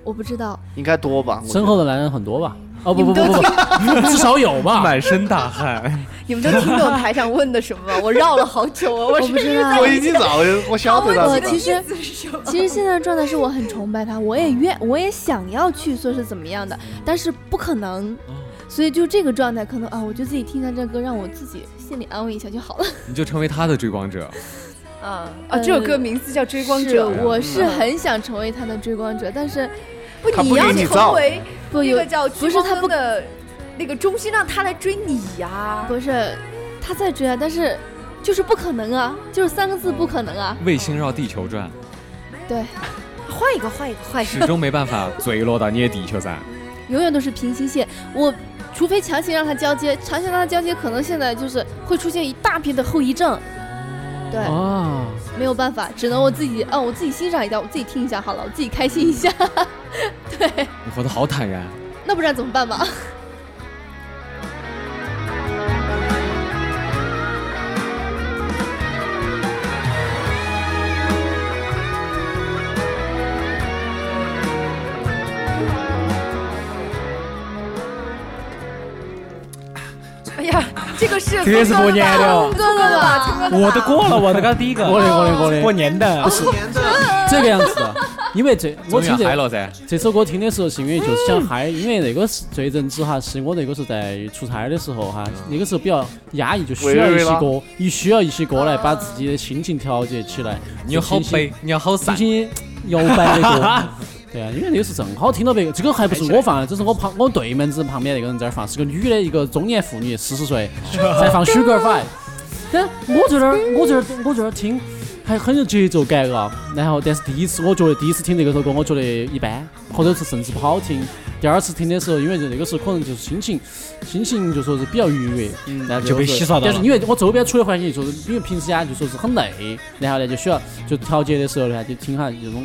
G: 我不知道。
D: 应该多吧？
E: 身后的男人很多吧？哦不
A: 你
E: 不
A: 们
E: 不
A: 都
E: 不，不至少有 吧？
C: 身大汗，
A: 你们都听懂台上问的什么吗？我绕了好久啊，我
G: 我
A: 是
G: 不知道
D: 我已经早就 我晓得
G: 我
D: 了。
G: 其实
A: 这是 什么？
G: 其实现在的状态是我很崇拜他，我也愿我也想要去说是怎么样的，但是不可能。
A: 嗯
G: 所以就这个状态，可能啊，我就自己听一下这歌，让我自己心里安慰一下就好了。
C: 你就成为他的追光者。
A: 嗯啊，这首歌名字叫《 追光者》
G: 是，我是很想成为他的追光者，但是
A: 不，
D: 他
A: 你
D: 不给
A: 要
D: 你
A: 成
D: 造
A: 为
G: 不
A: 那
G: 有
A: 个叫
G: 不是他不
A: 的那个中心，让他来追你呀。
G: 不是他在追啊，但是就是不可能啊，就是三个
A: 嗯
G: 字不可能啊。
C: 卫星绕地球转，
G: 对，
A: 换一个，换一个，换一
C: 始
A: 个。
C: 终没办法坠落到你的地球上。
G: 永远都是平行线。我除非强行让他交接，强行让他交接，可能现在就是会出现一大批的后遗症。对，
E: 啊，
G: 没有办法，只能我自己，嗯、我自己欣赏一下，我自己听一下好了，我自己开心一下。 对，
C: 你活得好坦然，
G: 那不然怎么办嘛？
A: 哎呀，这个是
B: 这个是过年的哦
A: 聪哥的吧？聪哥的吧？
B: 我的过了，我的刚第一个，
C: 哦
E: 我的我的我的
B: 过年的，
E: 哦这个样子的，因为 这我
C: 终于
E: 听
C: 要嗨
E: 这
C: 了噻！
E: 这首歌听的时候是因为
B: 嗯
E: 就是想嗨，因为那个是最阵子哈，是我那个时候在出差的时候
B: 嗯
E: 哈，那个时候比较压抑，就需要一些歌，一需要一些歌来把自己的心情调节起来。
C: 你有好
E: 就听一
C: 悲
E: 些，
C: 你要好
E: 听
C: 善，
E: 些摇摆的歌。对啊，因为那个 是正好听到别个，这个还不是我放的，这是我旁我对门子旁边那个人在那儿放，是个女的，一个中年妇女，四十岁，在放 Sugar Five。但我在那儿，我在那儿，我在那儿听，还很有节奏感啊。然后，但是第一次，我觉得第一次听这个首歌，我觉得一般，或者是甚至不好听。第二次听的时候，因为就那个时候可能就是心情，心情就说是比较愉悦，然后
B: 嗯就被
E: 是
B: 洗刷到
E: 但是
B: 了
E: 因为我周边处的环境就是，因为平时呀就说是很累，然后呢就需要就调节的时候呢就听下这种，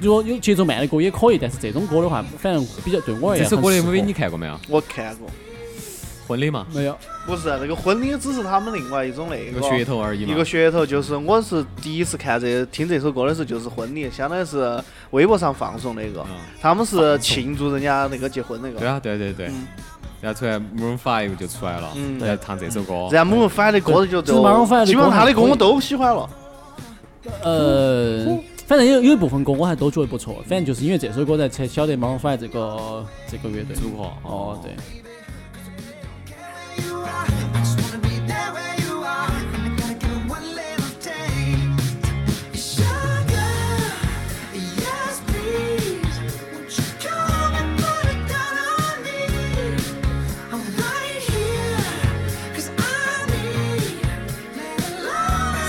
E: 如果有节奏慢的歌也可以，但是这种歌的话，反正比较对我而
C: 这
E: 言
C: 首歌
E: 很
C: 的
E: 适合
C: MV 你看过没有？
D: 我看过，
C: 婚礼嘛，
E: 没有？
D: 不是那个婚礼，只是他们另外一种那
C: 一个噱头而已
D: 一
C: 嘛
D: 个。噱头就是，我是第一次看这听这首歌的时候，就是婚礼，相当于是微博上放送那个
C: 嗯，
D: 他们是庆祝人家那个结婚那
C: 对
D: 个。
C: 啊，对对对
D: 嗯。
C: 然后突然 Maroon Five 就出来了，
D: 嗯
C: 然后唱这首歌。
D: 然后 Maroon Five 的歌就
E: 其实 Maroon 5的歌
D: 基本上他的歌
E: 还可以
D: 我都喜欢了。
E: 呃，反正有有一部分歌我还都觉得不错，反正就是因为这首歌才才晓得 Maroon Five 这个这个乐队
C: 组合
E: 哦，对。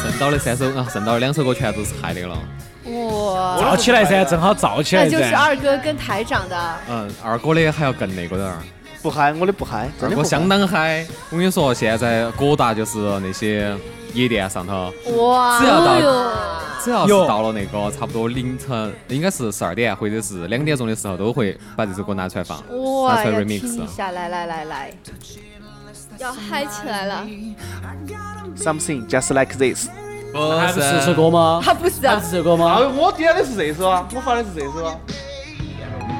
C: 剩到的三首啊，剩到的两首歌全都是嗨的了。
A: 哇，
B: 燥起来噻，正好燥起
A: 那
B: 来
A: 就是
B: 噻。
A: 二哥跟台长的。
C: 嗯，二哥的还要更那个点儿，
D: 不嗨，我的不嗨，真的
C: 二
D: 不
C: 哥
D: 嗨
C: 相当嗨。我跟你说，现在各大就是那些夜店上
A: 啊
C: 头，
A: 哇，
C: 只要到
A: 哎呦
C: 只要是
B: 有
C: 到了那个差不多凌晨，应该是十二点或者是两点钟的时候，都会把这首歌拿出来放，拿
A: 哇，
C: 出
A: 要
C: 来
A: 听
C: remix
A: 一。下，来来来来，
G: 要嗨起来了！
D: Something just like this。
C: 哦
E: 还不是这首歌吗？
A: 他不是
E: 还 不
A: 啊，
E: 是这首歌
D: 啊
E: 吗？，
D: 我点的是这首啊，我发的是这首啊，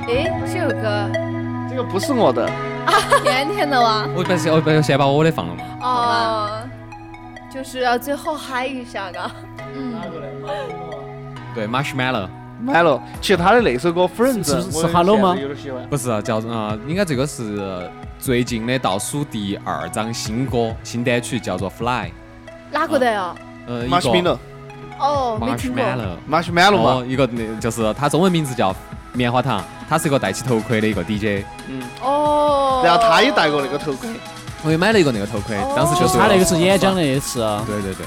A: 哎，这首歌，
D: 这个不是我的。
G: 甜甜的哇，
C: 我把先我把先把我的放了嘛。
A: 哦，就是要最后嗨一下的。
C: 对，Marshmallow
D: 买了，其实他的那首歌《Friends
E: 是》是
D: 我
E: 是 Hello 吗
D: 现在有点喜欢。
C: 不是叫啊，应该这个是最近的倒数第二张新歌新单曲，叫做 Fly。
A: 哪个的
G: 哦
A: 呀？
C: 呃，一个
D: Marshmallow，Marshmallow
A: 哦，没听过。
C: Marshmallow。
D: 嘛，
C: 哦，一个那就是他中文名字叫棉花糖，他是一个戴起头盔的一个 DJ。
A: 哦，
D: 然后他也戴过那个头盔。
C: 我也买了一个那个头盔，当
A: 哦
C: 时就
E: 就是是他那个是演讲那一次啊，
C: 对对对，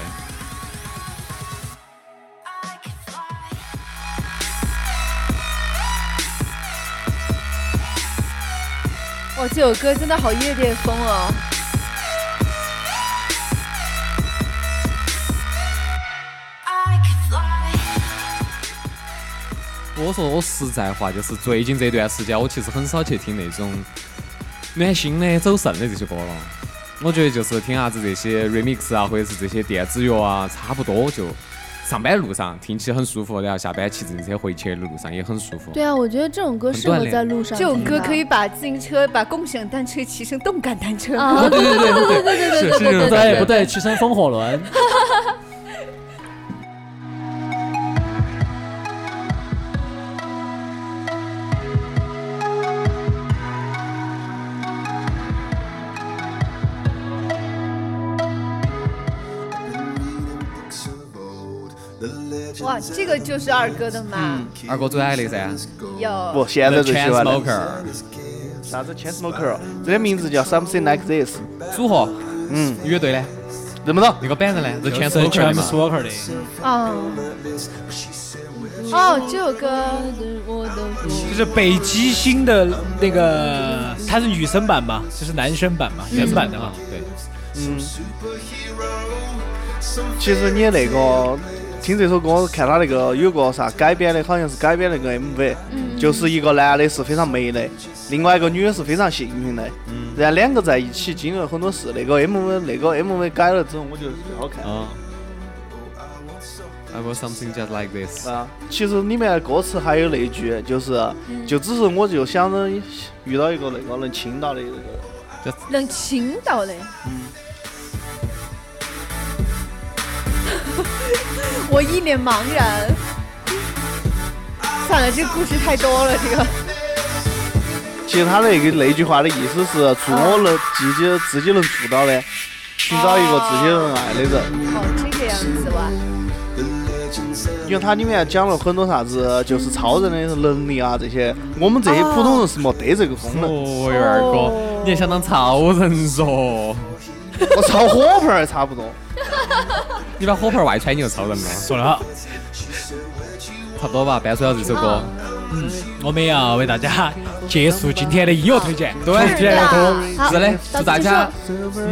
A: 哇，这首歌真的好夜店风哦。
C: 我说我实在话，就是最近这段时间，我其实很少去听那种暖心的、走肾的这些歌了。我觉得就是听啥子这些 remix 啊，或者是这些电子乐啊，差不多就上班路上听起很舒服，然后下班骑自行车回去的路上也很舒服。
G: 对啊，我觉得这种歌
C: 很
G: 适合
C: 锻炼
G: 在路上
A: 这首
G: 听吧。
A: 歌可以把自行车、把共享单车骑成动感单车。
G: 啊，对对对对对对对
C: 是这
E: 不
C: 种
E: 对
C: 感
E: 不
C: 觉。
E: 对，起身风火 轮。
A: 哇，这个就是二哥的嘛？
C: 二哥最爱的噻，
D: 不，
A: 有
D: 现在
C: The
D: 最喜欢的
C: Chainsmoker
D: 啥子 Chainsmoker，这个名字叫 Something Like This。
C: 组合
D: 嗯，
C: 乐队呢？
D: 认不到。
C: 那个版的呢？The
B: 是
C: Chainsmoker 的
B: James
C: 嘛？
B: Walker 的，
A: 啊。哦，这首歌
B: 就是北极星的那个，它是女生版嘛，就是男生版嘛，原版的嘛
C: 啊。，对。
D: 嗯。其实你那个听这首歌，看他那个有个啥改编的，好像是改编那个 MV，、就是一个男的是非常霉的，另外一个女的是非常幸运的，然后两个在一起经历了很多事。那个 MV 那个 MV 改了之后，我觉得是最好看的。
C: 啊。I want something just like this。
D: 啊，其实里面的歌词还有那句，就是，就只是我就想着遇到一个那个能亲到的那个人。
A: 能倾倒嘞。我一脸茫然。
F: I
A: 算了，这个故事太多了，这个。
D: 其实他那个那句话的意思是，做我能自己自己能做到的，寻找一个自己能爱的人。
A: 哦，这个样子吧。
D: 因为它里面讲了很多啥子，就是超人的能力啊这些，我们这些普通人是没得这个功能。
C: 哦，哟二哥，你还想当超人嗦？
D: 我操，火盆儿也差不多。
C: 你把火盆儿外穿，你就超人了。
B: 说得好，
C: 差不多吧，伴随着这首歌，
B: 我们要为大家结束今天的音乐推荐。
C: 对，
A: 是的好
C: 是的，
G: 到
C: 祝大
G: 此结
C: 家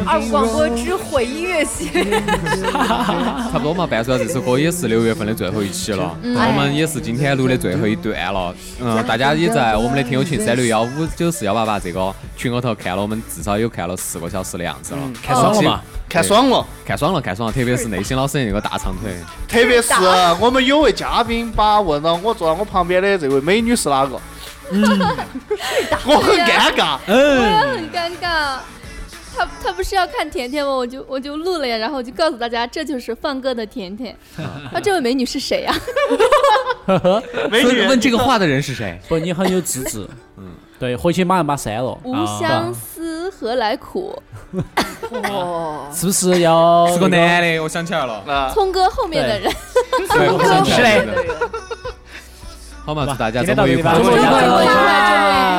A: 二五广播之毁音乐系列，
C: 差不多嘛，伴随着这首歌也是六月份的最后一期了，我们也是今天录的最后一段了。嗯，大家也在我们的听友群三六幺五九四幺八八这个群里头看了，我们至少有看了四个小时的样子了，
B: 看爽了嘛？
D: 看爽 了，
C: 看嗯爽了，看爽了，特别是内心老师的那个大长腿，
D: 特别是我们有位嘉宾把问到我坐在我旁边的这位美女是哪个，嗯 我很尴尬。
B: 嗯，
G: 很尴尬。他他不是要看甜甜吗？我就我就录了呀，然后我就告诉大家，这就是放歌的甜 甜。啊，这位美女是谁呀、
D: 美
C: 所以问
D: 女，
C: 这个话的人是谁？
E: 不，你很有资质。嗯，对，回去马上把它删了，
B: 啊
C: 嗯啊
G: 无相思何来苦？
A: 哦，
E: 是不是要？
C: 是个男的，我想起来了，
D: 啊，
G: 聪哥后面的人，
C: 对，我想起来了。
A: 对
C: 好嘛，祝大家
B: 今天到
C: 周末
B: 这
C: 愉
B: 里吧
C: 快。
B: 周末愉快
G: 快乐
A: 快乐
F: Oh,